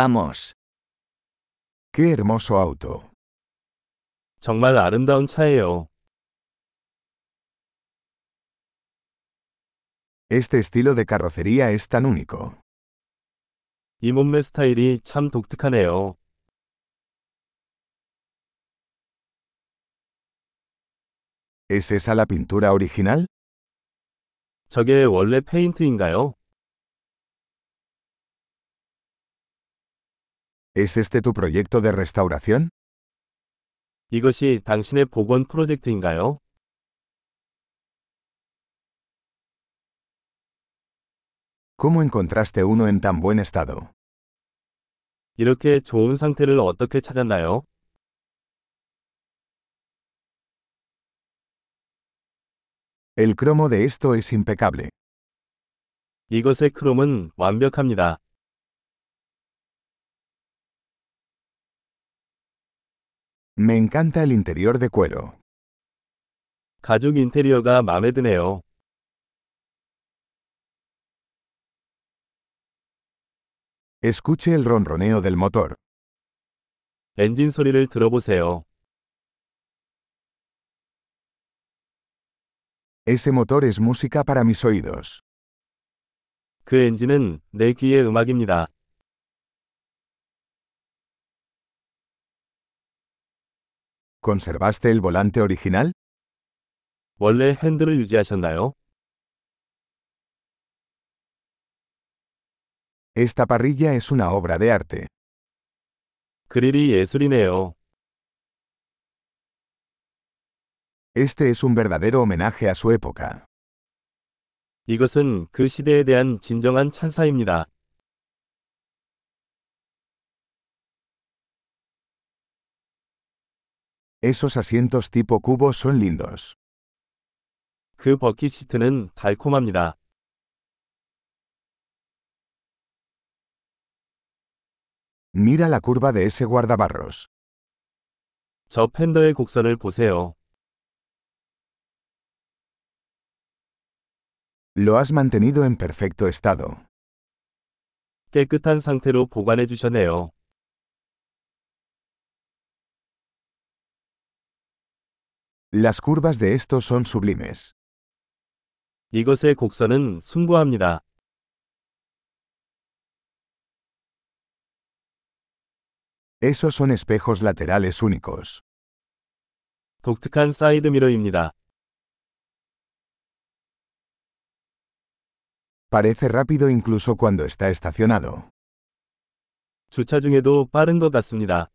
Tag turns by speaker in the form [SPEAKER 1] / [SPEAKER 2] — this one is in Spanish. [SPEAKER 1] Vamos.
[SPEAKER 2] ¡Qué hermoso auto!
[SPEAKER 3] 정말 아름다운 차예요.
[SPEAKER 2] Este estilo de carrocería es tan único.
[SPEAKER 3] 이 몸매 스타일이 참 독특하네요.
[SPEAKER 2] ¿Es esa la pintura original?
[SPEAKER 3] 저게 원래 페인트인가요?
[SPEAKER 2] ¿Es este tu proyecto de restauración?
[SPEAKER 3] 이것이 당신의 복원 프로젝트인가요?
[SPEAKER 2] ¿Cómo encontraste uno en tan buen estado?
[SPEAKER 3] 이렇게 좋은 상태를 어떻게 찾았나요?
[SPEAKER 2] El cromo de esto es impecable.
[SPEAKER 3] 이것의 크롬은 완벽합니다.
[SPEAKER 2] Me encanta el interior de cuero.
[SPEAKER 3] 가죽 인테리어가 마음에 드네요.
[SPEAKER 2] Escuche el ronroneo del motor.
[SPEAKER 3] 엔진 소리를 들어보세요.
[SPEAKER 2] Ese motor es música para mis oídos.
[SPEAKER 3] 그 엔진은 내 귀의 음악입니다.
[SPEAKER 2] ¿Conservaste el volante original?
[SPEAKER 3] 원래 핸들을 유지하셨나요?
[SPEAKER 2] Esta parrilla es una obra de arte.
[SPEAKER 3] 그릴이 예술이네요.
[SPEAKER 2] Este es un verdadero homenaje a su época.
[SPEAKER 3] 이것은 그 시대에 대한 진정한 찬사입니다.
[SPEAKER 2] Esos asientos tipo cubo son lindos.
[SPEAKER 3] 그 버킷 시트는 달콤합니다.
[SPEAKER 2] Mira la curva de ese guardabarros.
[SPEAKER 3] 저 팬더의 곡선을 보세요.
[SPEAKER 2] Lo has mantenido en perfecto estado.
[SPEAKER 3] 깨끗한 상태로 보관해 주셨네요.
[SPEAKER 2] Las curvas de estos son sublimes.
[SPEAKER 3] 이것의 곡선은 숭고합니다.
[SPEAKER 2] Esos son espejos laterales únicos.
[SPEAKER 3] 독특한 사이드미러입니다.
[SPEAKER 2] Parece rápido incluso cuando está estacionado.
[SPEAKER 3] 주차 중에도 빠른 것 같습니다.